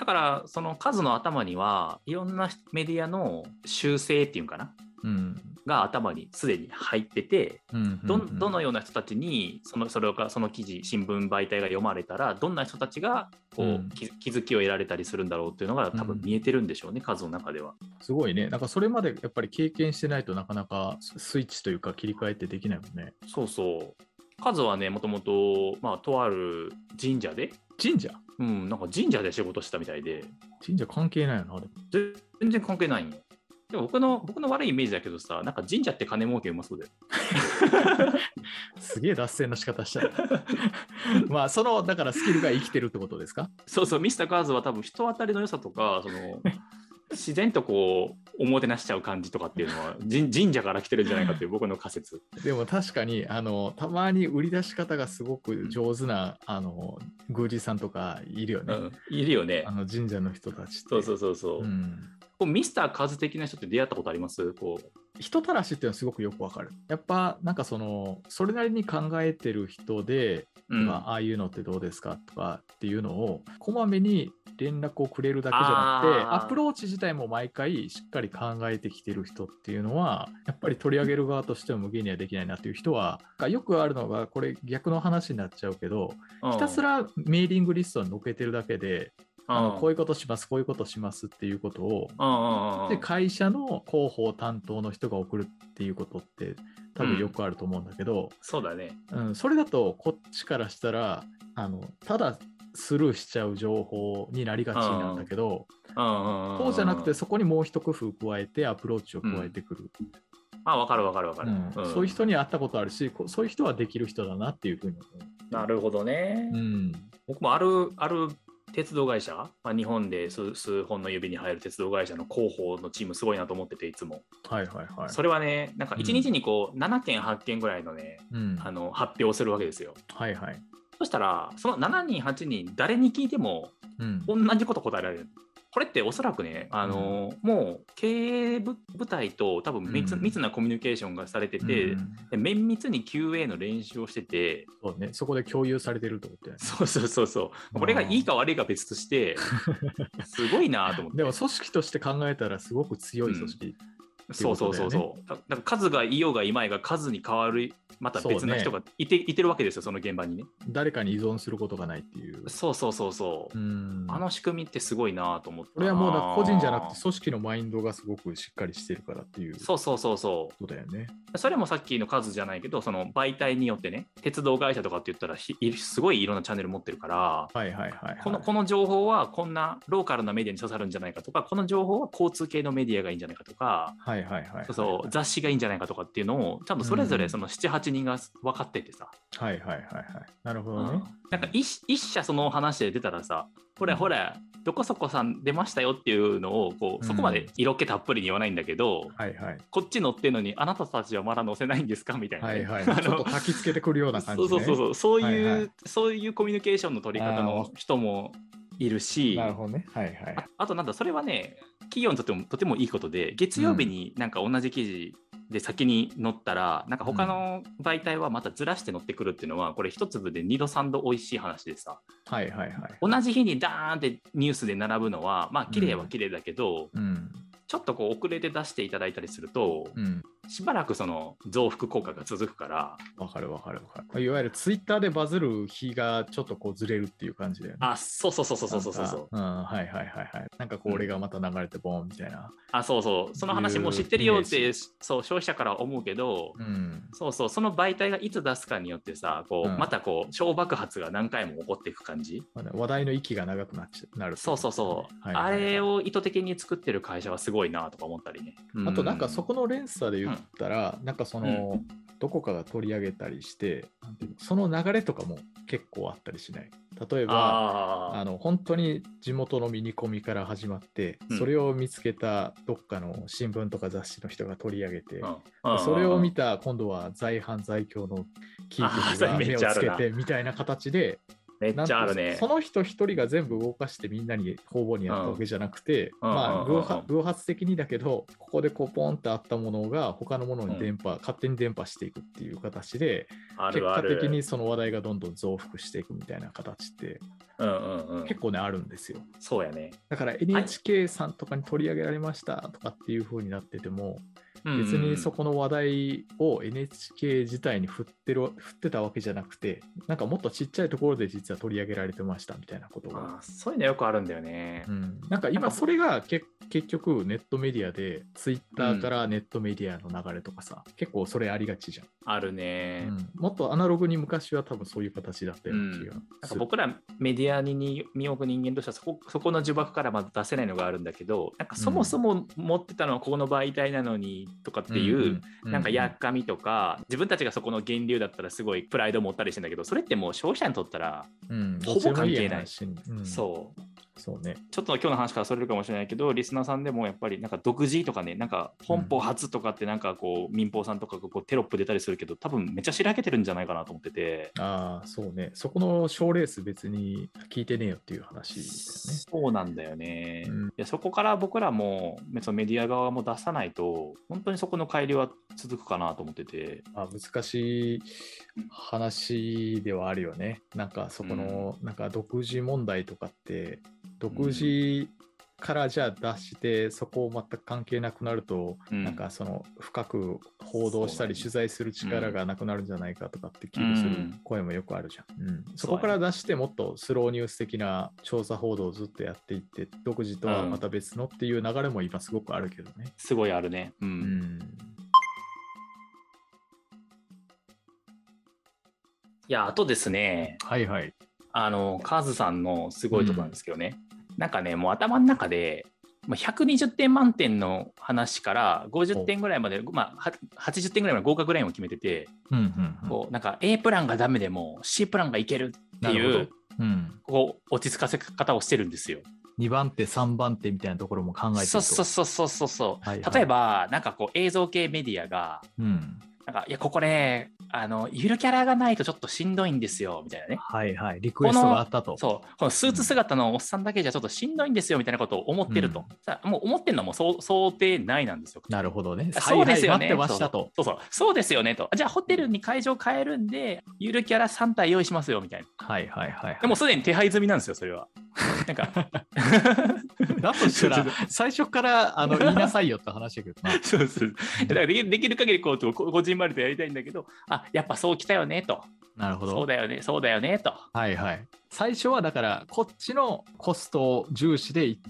[SPEAKER 2] だからその数の頭にはいろんなメディアの修正っていうのかな
[SPEAKER 1] うん。
[SPEAKER 2] が頭にすでに入ってて
[SPEAKER 1] うん
[SPEAKER 2] どんどのような人たちにそのそれがその記事新聞媒体が読まれたらどんな人たちがこう、
[SPEAKER 1] うん
[SPEAKER 2] 気気づきを得られたりするんだろうっていうのが多分見えてるんでしょうね、数の中では。
[SPEAKER 1] すごいね。なんかそれまでやっぱり経験してないとなかなかスイッチというか切り替えってできないもんね。
[SPEAKER 2] そうそう数はねもともとまあとある神社で
[SPEAKER 1] 神社
[SPEAKER 2] うん、なんか神社で仕事してたみたいで、
[SPEAKER 1] 神社関係ないよな。でも
[SPEAKER 2] 全然関係ないんよ。でも僕の僕の悪いイメージだけどさ、なんか神社って金儲けうまそうだよ。
[SPEAKER 1] すげえ脱線の仕方 したなまあそのだからスキルが生きてるってことですか
[SPEAKER 2] そうそう、ミスターカーズは多分人当たりの良さとか、そ の自然とこう、おもてなしちゃう感じとかっていうのは、神神社から来てるんじゃないかっていう僕の仮説。
[SPEAKER 1] でも確かにあのたまに売り出し方がすごく上手な、あの宮司さんとかいるよ
[SPEAKER 2] う
[SPEAKER 1] ね、
[SPEAKER 2] ん、いるよね
[SPEAKER 1] あ。の神社の人たちって
[SPEAKER 2] そうそうそうそう。
[SPEAKER 1] うん
[SPEAKER 2] こうミスターカーズ的な人って出会ったことありますこう
[SPEAKER 1] 人たらしっていうのはすごくよくわかるやっぱなんかそのそれなりに考えてる人で、
[SPEAKER 2] うん
[SPEAKER 1] まあああいうのってどうですかとかっていうのをこまめに連絡をくれるだけじゃなくて
[SPEAKER 2] あー
[SPEAKER 1] アプローチ自体も毎回しっかり考えてきてる人っていうのはやっぱり取り上げる側としても無限にはできないなっていう人はよくあるのがこれ逆の話になっちゃうけどひたす、らメーリングリストに載っけてるだけであのこう
[SPEAKER 2] い
[SPEAKER 1] いうことしますこういうことしますっていうことを
[SPEAKER 2] うん、
[SPEAKER 1] で会社の広報担当の人が送るっていうことって多分よくあると思うんだけど、
[SPEAKER 2] そうだね。
[SPEAKER 1] うんそれだとこっちからしたらあのただスルーしちゃう情報になりがちなんだけど、
[SPEAKER 2] そ
[SPEAKER 1] そうじゃなくてそこにもう一工夫加えてアプローチを加えてくる、
[SPEAKER 2] あ、わかるわかるわかる、
[SPEAKER 1] うん
[SPEAKER 2] うん
[SPEAKER 1] そういう人に会ったことあるしこそういう人はできる人だなっていうふうに思
[SPEAKER 2] なるほどね。
[SPEAKER 1] う。うん
[SPEAKER 2] 僕もある、ある鉄道会社、まあ、日本で数数本の指に入る鉄道会社の広報のチームすごいなと思ってて、いつも。
[SPEAKER 1] はいはいはい。
[SPEAKER 2] それはね、なんか
[SPEAKER 1] うん
[SPEAKER 2] 1日にこう、7件、8件ぐらいのね、
[SPEAKER 1] うん、
[SPEAKER 2] あの発表をするわけですよ。
[SPEAKER 1] はいはい。
[SPEAKER 2] そしたら、その7人、8人、誰に聞いても
[SPEAKER 1] うん
[SPEAKER 2] 同じこと答えられる。これっておそらくね、あのもう経営部部隊と多分密,、
[SPEAKER 1] うん
[SPEAKER 2] 密なコミュニケーションがされてて、
[SPEAKER 1] うん
[SPEAKER 2] で綿密に QA の練習をしてて、
[SPEAKER 1] そうね、そこで共有されてるってことやね
[SPEAKER 2] そうそうそう そう。これがいいか悪いか別として、すごいなと思って。
[SPEAKER 1] でも組織として考えたらすごく強い組織、
[SPEAKER 2] そうそうそうそう。だだから数がいようがいまいが数に変わる、また別な人がいて,、いてるわけですよ、その現場にね。
[SPEAKER 1] 誰かに依存することがないっていう。
[SPEAKER 2] そうそうそうそう。
[SPEAKER 1] うん
[SPEAKER 2] あの仕組みってすごいなと思って。
[SPEAKER 1] これはもうだから個人じゃなくて組織のマインドがすごくしっかりしてるからっていうこ
[SPEAKER 2] そうそうそうそう。
[SPEAKER 1] とだよね。
[SPEAKER 2] それもさっきの数じゃないけど、その媒体によってね、鉄道会社とかって言ったらひ、いすごいいろんなチャンネル持ってるから、
[SPEAKER 1] はいはいはい、はい。
[SPEAKER 2] このこの情報はこんなローカルなメディアに刺さるんじゃないかとか、この情報は交通系のメディアがいいんじゃないかとか、
[SPEAKER 1] はいはいはい。
[SPEAKER 2] そうそう雑誌がいいんじゃないかとかっていうのを多分それぞ
[SPEAKER 1] う
[SPEAKER 2] れ
[SPEAKER 1] ん
[SPEAKER 2] その78人が分かっててさ、
[SPEAKER 1] はいはいはいはい。なるほ
[SPEAKER 2] う
[SPEAKER 1] ど
[SPEAKER 2] ん
[SPEAKER 1] ね。
[SPEAKER 2] なんか一一社その話で出たらさほらほらどこそこさん出ましたよっていうのをこ
[SPEAKER 1] う
[SPEAKER 2] う
[SPEAKER 1] ん
[SPEAKER 2] そこまで色気たっぷりに言わないんだけど、
[SPEAKER 1] はいはい。
[SPEAKER 2] こっち乗ってるのにあなたたちはまだ乗せないんですかみたいな
[SPEAKER 1] は
[SPEAKER 2] ね、
[SPEAKER 1] いは い。
[SPEAKER 2] あの
[SPEAKER 1] ちょっと焚きつけてくるような感じ、
[SPEAKER 2] そ
[SPEAKER 1] ね。
[SPEAKER 2] うそうそうそうそういう、
[SPEAKER 1] はいはい
[SPEAKER 2] そういうコミュニケーションの取り方の人もいるし
[SPEAKER 1] なるほどね。はいはい。
[SPEAKER 2] あとなんだそれはね企業にとってもとてもいいことで月曜日になんか同じ記事で先に載ったら、なんか他の媒体はまたずらして載ってくるっていうのはこれ一粒で2度3度美味しい話でさ
[SPEAKER 1] はいはいはい。
[SPEAKER 2] 同じ日にダーンってニュースで並ぶのはまあ綺麗は綺麗だけど、
[SPEAKER 1] うん。
[SPEAKER 2] ちょっとこう遅れて出していただいたりすると
[SPEAKER 1] うん。
[SPEAKER 2] しばらくその増幅効果が続くから
[SPEAKER 1] わかるわかるわかる。いわゆるツイッターでバズる日がちょっとこうずれるっていう感じだよね。
[SPEAKER 2] あそうそうそうそうそうそうそう
[SPEAKER 1] なんかうん、はいはいはいはい。なんかこう俺がまた流れてボーンみたいな。
[SPEAKER 2] あそうそうその話もう知ってるよっ
[SPEAKER 1] いうイ
[SPEAKER 2] て
[SPEAKER 1] メ
[SPEAKER 2] そう消費者からは思うけど、
[SPEAKER 1] うん。
[SPEAKER 2] そうそうその媒体がいつ出すかによってさこう、
[SPEAKER 1] うん
[SPEAKER 2] またこう小爆発が何回も起こっていく感じ
[SPEAKER 1] まあね話題の息が長くなっちゃなる。
[SPEAKER 2] そうそうそう、
[SPEAKER 1] はいはいは
[SPEAKER 2] あ
[SPEAKER 1] い
[SPEAKER 2] れを意図的に作ってる会社はすごいなとか思ったりね、
[SPEAKER 1] あとなんかそ
[SPEAKER 2] そ
[SPEAKER 1] この連鎖で言ったら、なんかその、どこかが取り上げたりして、なんていうのその流れとかも結構あったりしない。例えば、あ
[SPEAKER 2] ああ
[SPEAKER 1] の本当に地元のミニコミから始まって、
[SPEAKER 2] うん
[SPEAKER 1] それを見つけたどっかの新聞とか雑誌の人が取り上げて、
[SPEAKER 2] うん
[SPEAKER 1] それを見
[SPEAKER 2] て
[SPEAKER 1] た今度は在犯在教のキ
[SPEAKER 2] あー
[SPEAKER 1] ー
[SPEAKER 2] そ
[SPEAKER 1] 局
[SPEAKER 2] れ
[SPEAKER 1] が
[SPEAKER 2] め
[SPEAKER 1] 目
[SPEAKER 2] っ
[SPEAKER 1] を
[SPEAKER 2] ちゃあ
[SPEAKER 1] つ
[SPEAKER 2] る
[SPEAKER 1] け
[SPEAKER 2] な
[SPEAKER 1] てみたいな形で
[SPEAKER 2] めっ
[SPEAKER 1] なん
[SPEAKER 2] ち
[SPEAKER 1] と
[SPEAKER 2] ゃあるね
[SPEAKER 1] その人一人が全部動かしてみんなに方々にやったわけじゃなくて、
[SPEAKER 2] うん
[SPEAKER 1] まあ
[SPEAKER 2] うんうん
[SPEAKER 1] 偶
[SPEAKER 2] うん
[SPEAKER 1] 発偶発的にだけどここでこうポンってあったものが他のものに電波、勝手に電波していくっていう形で
[SPEAKER 2] あ
[SPEAKER 1] 結
[SPEAKER 2] るあ
[SPEAKER 1] 果
[SPEAKER 2] る
[SPEAKER 1] 的にその話題がどんどん増幅していくみたいな形って
[SPEAKER 2] うんうんうん
[SPEAKER 1] 結構ねあるんですよ
[SPEAKER 2] そうやね
[SPEAKER 1] だから NHK さんとかに取り上げられましたとかっていう風になってても別にそこの話題を NHK 自体に振ってる振ってたわけじゃなくてなんかもっとちっちゃいところで実は取り上げられてましたみたいなことが、
[SPEAKER 2] あーそういうのよくあるんだよね
[SPEAKER 1] う。ん、なんか今それがけ結局ネットメディアでツイッターからネットメディアの流れとかさ、結構それありがちじゃん、
[SPEAKER 2] あるね。
[SPEAKER 1] うんもっとアナログに昔は多分そういう形だったような気が
[SPEAKER 2] なん
[SPEAKER 1] す
[SPEAKER 2] か
[SPEAKER 1] る、
[SPEAKER 2] 僕らメディアにに身を置く人間としてはそこそこの呪縛からまだ出せないのがあるんだけどなんかそもそも持ってたのはここの媒体なのにとかっていう、なんかやっかみとか、自分たちがそこの源流だったらすごいプライドを持ったりしてんだけどそれってもう消費者にとったら、ほぼ関係ない
[SPEAKER 1] そう
[SPEAKER 2] そう
[SPEAKER 1] そうね
[SPEAKER 2] ちょっと今日の話からそれるかもしれないけどリスナーさんでもやっぱりなんか独自とかねなんか本邦初とかってなんかこう民放さんとかがこうテロップ出たりするけど多分めっちゃしらけてるんじゃないかなと思ってて。
[SPEAKER 1] ああそうねそこの賞レース別に聞いてねえよっていう話だよね
[SPEAKER 2] そうなんだよね、
[SPEAKER 1] うん
[SPEAKER 2] いやそこから僕らもそのメディア側も出さないと本当にそこの改良は続くかなと思ってて
[SPEAKER 1] まあ、難しい話ではあるよね。なんかそこの、なんか独自問題とかって独自からじゃあ出して、そこを全く関係なくなると、
[SPEAKER 2] うん
[SPEAKER 1] なんかその深く報道したり
[SPEAKER 2] そ
[SPEAKER 1] 取材する力がなくなるんじゃないかとかって危惧する
[SPEAKER 2] うん
[SPEAKER 1] 声もよくあるじゃん。うんそ
[SPEAKER 2] そう
[SPEAKER 1] こ
[SPEAKER 2] やね
[SPEAKER 1] から出してもっとスローニュース的な調査報道をずっとやっていって独自とはまた別のっていう流れも今すごくあるけどね。
[SPEAKER 2] すごいあるねう
[SPEAKER 1] うんん
[SPEAKER 2] いやあとですね
[SPEAKER 1] はいはい。
[SPEAKER 2] あのカズさんのすごいとこなんですけどね、なんかねもう頭の中でまあ120点満点の話から50点ぐらいまで、まあ、は80点ぐらいまで合格ラインを決めてて、
[SPEAKER 1] うんうんうん
[SPEAKER 2] こうなんか A プランがダメでも C プランがいけるって
[SPEAKER 1] なる
[SPEAKER 2] い
[SPEAKER 1] ほ
[SPEAKER 2] う
[SPEAKER 1] どうん
[SPEAKER 2] こう落ち着かせ方をしてるんですよ。
[SPEAKER 1] 2番手3番手みたいなところも考えてると
[SPEAKER 2] そうそうそうそうそうそう、
[SPEAKER 1] はいはい
[SPEAKER 2] 例えばなんかこう映像系メディアが
[SPEAKER 1] うん、
[SPEAKER 2] なんかいやここねあのゆるキャラがないとちょっとしんどいんですよみたいなね
[SPEAKER 1] はいはいリクエストがあったと
[SPEAKER 2] そうこのスーツ姿のおっさんだけじゃちょっとしんどいんですよみたいなことを思ってると、
[SPEAKER 1] うん
[SPEAKER 2] さあもう思ってるのはもう想想定内なんですよ。
[SPEAKER 1] なるほどね
[SPEAKER 2] そうですよね。
[SPEAKER 1] はいはい待ってましたと
[SPEAKER 2] そうそうそうそうですよねと。じゃあホテルに会場変えるんで、ゆるキャラ3体用意しますよみたいな。
[SPEAKER 1] はいはいはい、
[SPEAKER 2] でもすでに手配済みなんですよ、それは。 なんか、
[SPEAKER 1] だと した
[SPEAKER 2] ちょ
[SPEAKER 1] ら
[SPEAKER 2] っと
[SPEAKER 1] 最初からあの言いなさいよって話だけどな
[SPEAKER 2] そうそうだからできできる限りこうここじんまりとやりたいんだけどあやっぱそうきたよねと
[SPEAKER 1] なるほ
[SPEAKER 2] そう
[SPEAKER 1] ど
[SPEAKER 2] だよねそうだよねと
[SPEAKER 1] はいはい最初はだからこっちのコストを重視でい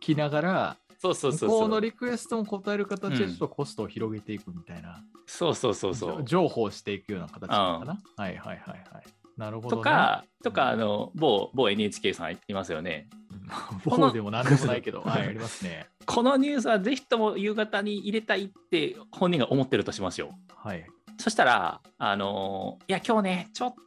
[SPEAKER 1] きながら
[SPEAKER 2] そうそう
[SPEAKER 1] 向
[SPEAKER 2] そう
[SPEAKER 1] こう
[SPEAKER 2] そ
[SPEAKER 1] の
[SPEAKER 2] う
[SPEAKER 1] リクエストも答える形で
[SPEAKER 2] うん
[SPEAKER 1] ちょっとコストを広げていくみたいな、
[SPEAKER 2] そうそうそうそう
[SPEAKER 1] 情報していくような形なのかな、はいはいはいはいなるほど、
[SPEAKER 2] と
[SPEAKER 1] ね、
[SPEAKER 2] かと
[SPEAKER 1] うん
[SPEAKER 2] かあの某某 NHK さんいますよね
[SPEAKER 1] うん
[SPEAKER 2] この
[SPEAKER 1] 棒でも何でもないけどはいありますね
[SPEAKER 2] このニュースはぜひとも夕方に入れたいって本人が思ってるとしますよ
[SPEAKER 1] はい
[SPEAKER 2] そしたらあのいや今日ねちょっと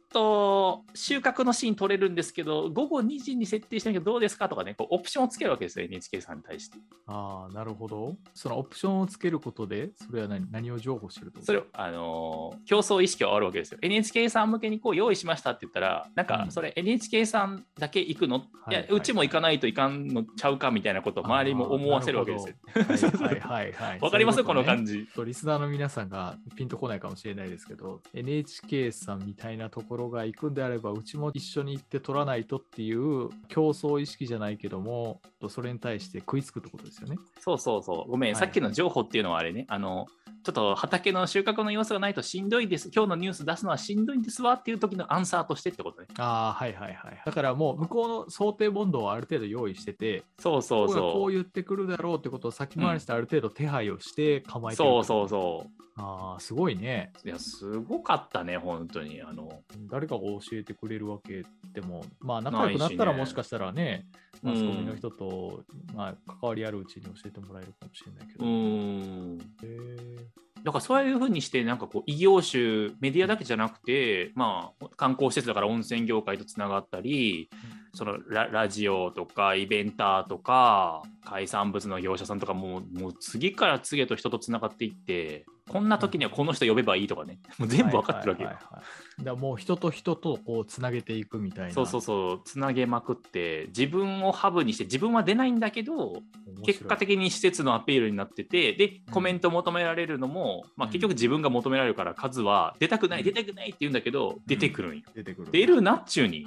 [SPEAKER 2] 収穫のシーン取れるんですけど午後2時に設定してるけどどうですかとかねこうオプションをつけるわけですよ NHK さんに対して
[SPEAKER 1] ああ、なるほど。そのオプションをつけることで、それは何何を譲歩してると
[SPEAKER 2] それを、あのー競争意識はあるわけですよ。NHK さん向けにこう用意しましたって言ったら、なんか
[SPEAKER 1] うん
[SPEAKER 2] それ NHK さんだけ行くの、い
[SPEAKER 1] はい
[SPEAKER 2] や
[SPEAKER 1] はいう
[SPEAKER 2] ちも行かないといかんのちゃうかみたいなことを周りも思わせるわけですよ。
[SPEAKER 1] ですよ。はいはいはいはい。
[SPEAKER 2] わかりますこの感
[SPEAKER 1] じ。
[SPEAKER 2] じ。
[SPEAKER 1] ちょっとリスナーの皆さんがピンとこないかもしれないですけど NHK さんみたいなところが行くんであればうちも一緒に行って取らないとっていう競争意識じゃないけどもそれに対して食いつくってことですよね。
[SPEAKER 2] そうそうそう。ごめん、
[SPEAKER 1] はい
[SPEAKER 2] さっきの情報っていうのはあれね、あの、ちょっと畑の収穫の様子がないとしんどいです。今日のニュース出すのはしんどいんですわっていう時のアンサーとしてってことね。
[SPEAKER 1] ああはいはいはい。だからもう向こうの想定問答をある程度用意してて
[SPEAKER 2] そうそう
[SPEAKER 1] ここがこ
[SPEAKER 2] そうう。
[SPEAKER 1] 言ってくるだろうってことを先回りしてある程度手配をして構えてるって
[SPEAKER 2] そ
[SPEAKER 1] こ
[SPEAKER 2] う
[SPEAKER 1] と
[SPEAKER 2] そうそ
[SPEAKER 1] ああ、すごいね。
[SPEAKER 2] う。いや、すごかったね、本当に。あの、
[SPEAKER 1] 誰かが教えてくれるわけでも、まあ、仲良くなった
[SPEAKER 2] な
[SPEAKER 1] ら
[SPEAKER 2] いしね
[SPEAKER 1] もしかしたらね、
[SPEAKER 2] うん
[SPEAKER 1] マスコミの人と、まあ、関わりあるうちに教えてもらえるかもしれないけ
[SPEAKER 2] う
[SPEAKER 1] ど。
[SPEAKER 2] ーん。
[SPEAKER 1] へえ
[SPEAKER 2] だからそういうふうにしてなんかこう異業種メディアだけじゃなくて、まあ、観光施設だから温泉業界とつながったりそのララジオとかイベンターとか海産物の業者さんとかもうもう次から次へと人とつながっていってこんな時にはこの人呼べばいいとかね もう全部わかってるわけよ。
[SPEAKER 1] はいはいはいはいだからもう人と人とこうつなげていくみたいな。
[SPEAKER 2] そうそうそうつなげまくって自分をハブにして自分は出ないんだけど
[SPEAKER 1] 面白い
[SPEAKER 2] 結果的に施設のアピールになっててでコメント求められるのも、まあ、
[SPEAKER 1] うん
[SPEAKER 2] 結局自分が求められるから数は出たくない、
[SPEAKER 1] うん
[SPEAKER 2] 出たくないって言うんだけど出てくるんよ、
[SPEAKER 1] 出てくる。
[SPEAKER 2] 出るなっちゅうに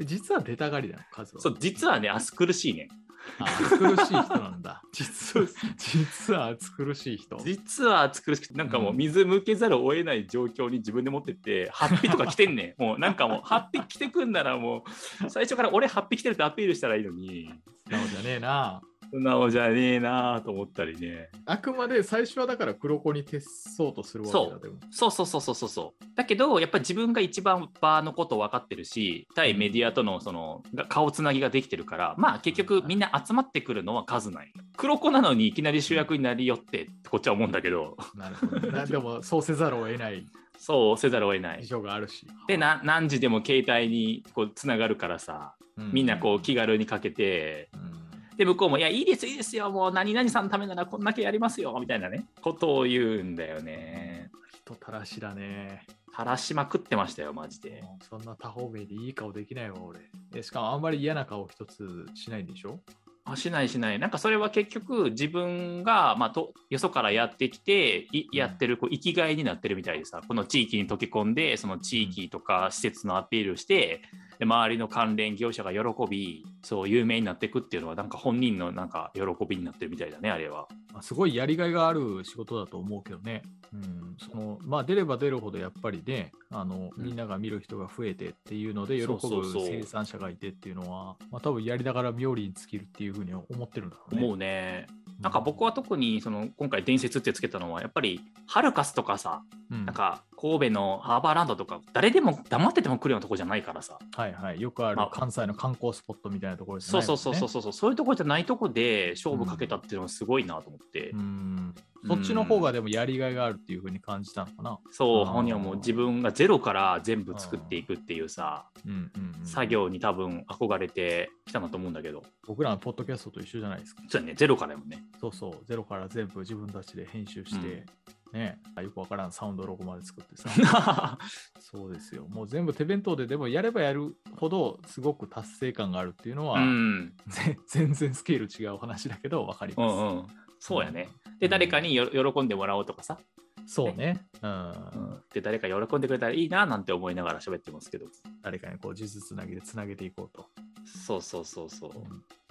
[SPEAKER 1] 実は出たがりだよ、数は。
[SPEAKER 2] そう実はねあす苦しいね
[SPEAKER 1] あー苦しい人なんだ。実 実は暑苦しい人。
[SPEAKER 2] 実は暑苦しくてなんかもう水向けざるを得ない状況に自分で持ってって、ハッピーとか着てんね んもうなんかもうハッピー着てくんならもう最初から俺ハッピー着てるってアピールしたらいいのに
[SPEAKER 1] 素直じゃねえな。
[SPEAKER 2] 素直じゃねえなと思ったりね
[SPEAKER 1] あくまで最初はだから黒子に徹そうとするわけ
[SPEAKER 2] そ
[SPEAKER 1] だでも。
[SPEAKER 2] そうそうそうそうそうそうだけどやっぱり自分が一番場のこと分かってるし対メディアとのそのが顔つなぎができてるからまあ結局みんな集まってくるのは数ない黒子なのにいきなり主役になりよってってこっちは思うんだけど
[SPEAKER 1] なるほどね。でもそうせざるを得ない
[SPEAKER 2] そうせざるを得ない
[SPEAKER 1] 事情があるし。
[SPEAKER 2] でな何時でも携帯にこうつながるからさ
[SPEAKER 1] う、
[SPEAKER 2] みんなこう気軽にかけて
[SPEAKER 1] うん
[SPEAKER 2] で向こうも「いやいいですいいですよもう何々さんのためならこんだけやりますよ」みたいなねことを言うんだよね。
[SPEAKER 1] 人たらしだね。
[SPEAKER 2] 垂らしまくってましたよマジで。
[SPEAKER 1] もうそんな多方面でいい顔できないわ俺。えしかもあんまり嫌な顔一つしないんでしょ
[SPEAKER 2] あしないしないなんかそれは結局自分が、まあ、とよそからやってきていやってるこう生きがいになってるみたいでさこの地域に溶け込んでその地域とか施設のアピールをしてで周りの関連業者が喜びそう有名になっていくっていうのはなんか本人のなんか喜びになってるみたいだねあれは。
[SPEAKER 1] まあ、すごいやりがいがある仕事だと思うけどね。うん、そのまあ出れば出るほどやっぱりねあの、
[SPEAKER 2] うん
[SPEAKER 1] みんなが見る人が増えてっていうので喜
[SPEAKER 2] そうそう
[SPEAKER 1] ぶ
[SPEAKER 2] そう
[SPEAKER 1] 生産者がいてっていうのは、まあ、多分やりながら冥利に尽きるっていうふうに思ってるんだろうね。
[SPEAKER 2] 思うねなんか僕は特にその今回伝説ってつけたのはやっぱりハルカスとかさ
[SPEAKER 1] うん、
[SPEAKER 2] なんか神戸のハーバーランドとか誰でも黙ってても来るようなとこじゃないからさ
[SPEAKER 1] はいはい、よくある
[SPEAKER 2] まあ
[SPEAKER 1] 関西の観光スポットみたいなところじゃ
[SPEAKER 2] そ
[SPEAKER 1] な
[SPEAKER 2] う
[SPEAKER 1] い
[SPEAKER 2] そ
[SPEAKER 1] もんね
[SPEAKER 2] うそうそうそうそういうとこじゃないとこで勝負かけたっていうのはすごいなと思って、
[SPEAKER 1] うんそっちの方がでもやりがいがあるっていうふうに感じたのかな。
[SPEAKER 2] そう
[SPEAKER 1] あー
[SPEAKER 2] 本人はもう自分がゼロから全部作っていくっていうさ
[SPEAKER 1] うんうんうん
[SPEAKER 2] 作業に多分憧れてきたなと思うんだけど
[SPEAKER 1] 僕らのポッドキャストと一緒じゃないですか。
[SPEAKER 2] そうだねゼロからやも んね
[SPEAKER 1] そうそう、ゼロから全部自分たちで編集して、ね、よくわからんサウンドロゴまで作っ てさ。そうですよ。もう全部手弁当で、でもやればやるほどすごく達成感があるっていうのは、
[SPEAKER 2] うん
[SPEAKER 1] ぜ 全然スケール違う話だけど分かり
[SPEAKER 2] う
[SPEAKER 1] ます。
[SPEAKER 2] んうんそうやねで誰かによ喜んでもらおうとかさ、
[SPEAKER 1] そうね、うん
[SPEAKER 2] で誰か喜んでくれたらいいななんて思いながら喋ってますけど
[SPEAKER 1] 誰かにこう、数珠つなぎでつなげていこうと。
[SPEAKER 2] そうそうそうそう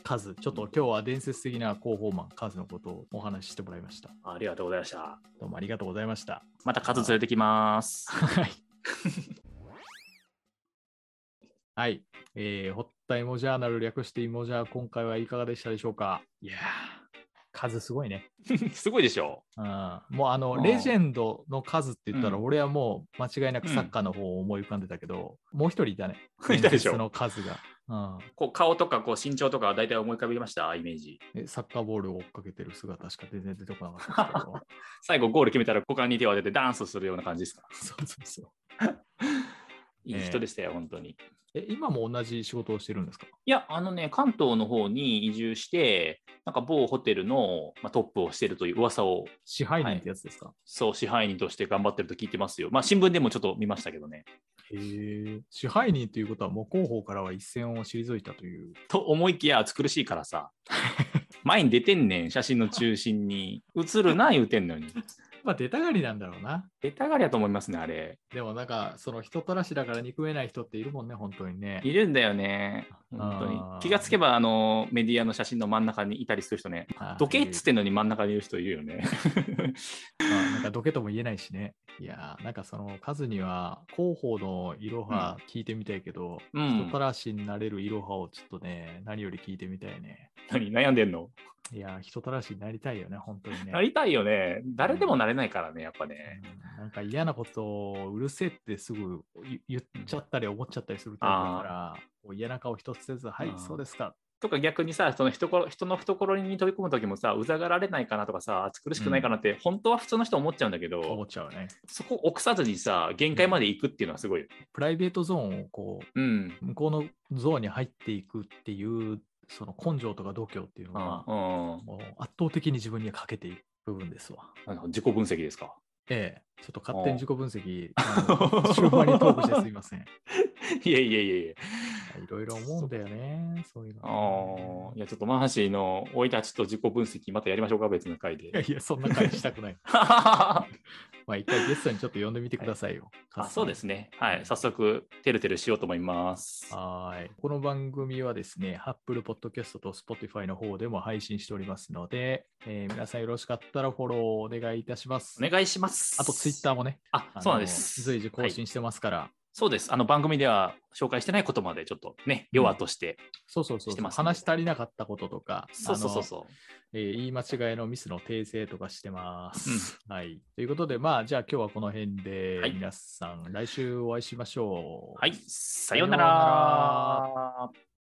[SPEAKER 1] カズ、ちょっと今日は伝説的な広報マン、カズのことをお話ししてもらいました。
[SPEAKER 2] ありがとうございました
[SPEAKER 1] どうもありがとうございました。
[SPEAKER 2] また数連れてきます
[SPEAKER 1] はい。 はい。えー、ホッタイモジャーナル略してイモジャー、今回はいかがでしたでしょうかいやー、数すごいね。
[SPEAKER 2] すごいでしょ
[SPEAKER 1] うん、もうあの、
[SPEAKER 2] うん
[SPEAKER 1] レジェンドの数って言ったら、
[SPEAKER 2] うん
[SPEAKER 1] 俺はもう間違いなくサッカーの方を思い浮かんでたけど、もう一人 いたね。
[SPEAKER 2] いたでしょ
[SPEAKER 1] 伝説の数が。うん
[SPEAKER 2] こう顔とかこう身長とか大体思い浮かびましたイメージ
[SPEAKER 1] え、サッカーボールを追っかけてる姿しか全然出てこなかったですけど。
[SPEAKER 2] 最後ゴール決めたら股間に手を当ててダンスするような感じですか
[SPEAKER 1] そうそうそう。
[SPEAKER 2] いい人でしたよ、本当にい
[SPEAKER 1] え、今も同じ仕事をしてるんですか
[SPEAKER 2] やあのね関東の方に移住してなんか某ホテルの、まあ、トップをしてるという噂を
[SPEAKER 1] 支配人ってやつですか、
[SPEAKER 2] そう支配人として頑張ってると聞いてますよまあ新聞でもちょっと見ましたけどね
[SPEAKER 1] へえ支配人ということは、もう広報からは一線を退いたという。
[SPEAKER 2] と思いきや暑苦しいからさ前に出てんねん写真の中心に映るな言うてんのに
[SPEAKER 1] まあ、出たがりなんだろうな。
[SPEAKER 2] 出たがりやと思いますねあれ
[SPEAKER 1] でもなんか、その人たらしだから憎めない人っているもんね、本当にね。
[SPEAKER 2] いるんだよね本当に
[SPEAKER 1] あー。
[SPEAKER 2] 気がつけばあのメディアの写真の真ん中にいたりする人ねどけっつっててんのに真ん中にいる人いるよね
[SPEAKER 1] まあなんかどけとも言えないしね。いやー、なんかその数には広報のいろは聞いてみたいけど、
[SPEAKER 2] うん
[SPEAKER 1] 人たらしになれるいろはをちょっとね、何より聞いてみたいね。
[SPEAKER 2] 何悩んでんの
[SPEAKER 1] いやー、人たらしになりたいよね、本当にね。
[SPEAKER 2] なりたいよね誰でもなれないからねやっぱね
[SPEAKER 1] うんなんか嫌なことをうるせえってすぐ言言っちゃったり思っちゃったりするタイプだから、こう嫌な顔一つせず、はい
[SPEAKER 2] あ、ー
[SPEAKER 1] そうですか。
[SPEAKER 2] とか逆にさその人こ人の懐に飛び込む時もさうざがられないかなとかさ暑苦しくないかなって、本当は普通の人思っちゃうんだけど、
[SPEAKER 1] 思っちゃうね。
[SPEAKER 2] そこを臆さずにさ限界まで行くっていうのはすごいよね
[SPEAKER 1] プライベートゾーンをこ
[SPEAKER 2] うん
[SPEAKER 1] う、向こうのゾーンに入っていくっていう、その根性とか度胸っていうのは、
[SPEAKER 2] うん
[SPEAKER 1] もう圧倒的に自分には欠けている部分ですわ。
[SPEAKER 2] なんか自己分析ですか。
[SPEAKER 1] ええ、ちょっと勝手に自己分析、
[SPEAKER 2] あ
[SPEAKER 1] 終盤にトークしてすいません。
[SPEAKER 2] いやいやいやいや。
[SPEAKER 1] いろいろ思うんだよね、そういう
[SPEAKER 2] あ
[SPEAKER 1] の
[SPEAKER 2] あ、。いや、ちょっとマーシーの生い立ちと自己分析、またやりましょうか、別の回で
[SPEAKER 1] いや。いや、そんな感じしたくない。
[SPEAKER 2] あ、
[SPEAKER 1] まあ、一回ゲストにちょっと呼んでみてくださいよ。
[SPEAKER 2] そうですね。はい。早速、てるてるしようと思います。
[SPEAKER 1] はい。この番組はですね、Apple Podcast と Spotify の方でも配信しておりますので、えー皆さんよろしかったらフォローをお願いいたします。
[SPEAKER 2] お願いします。
[SPEAKER 1] あと Twitter もね、
[SPEAKER 2] あ
[SPEAKER 1] あ、の
[SPEAKER 2] そうなんです。
[SPEAKER 1] 随時更
[SPEAKER 2] はい
[SPEAKER 1] 新してますから、
[SPEAKER 2] そうです。あの、番組では紹介してないことまで、ちょっとね、要話として。
[SPEAKER 1] そうそうそう
[SPEAKER 2] して
[SPEAKER 1] そう、
[SPEAKER 2] ますね
[SPEAKER 1] 話し足りなかったこととか、
[SPEAKER 2] そうそうそう
[SPEAKER 1] あの
[SPEAKER 2] そう。
[SPEAKER 1] えー言い間違いのミスの訂正とかしてます。はい。ということで、まあ、じゃあ今日はこの辺で、
[SPEAKER 2] はい
[SPEAKER 1] 皆さん、来週お会いしましょう。
[SPEAKER 2] はい。さような
[SPEAKER 1] さような
[SPEAKER 2] ら。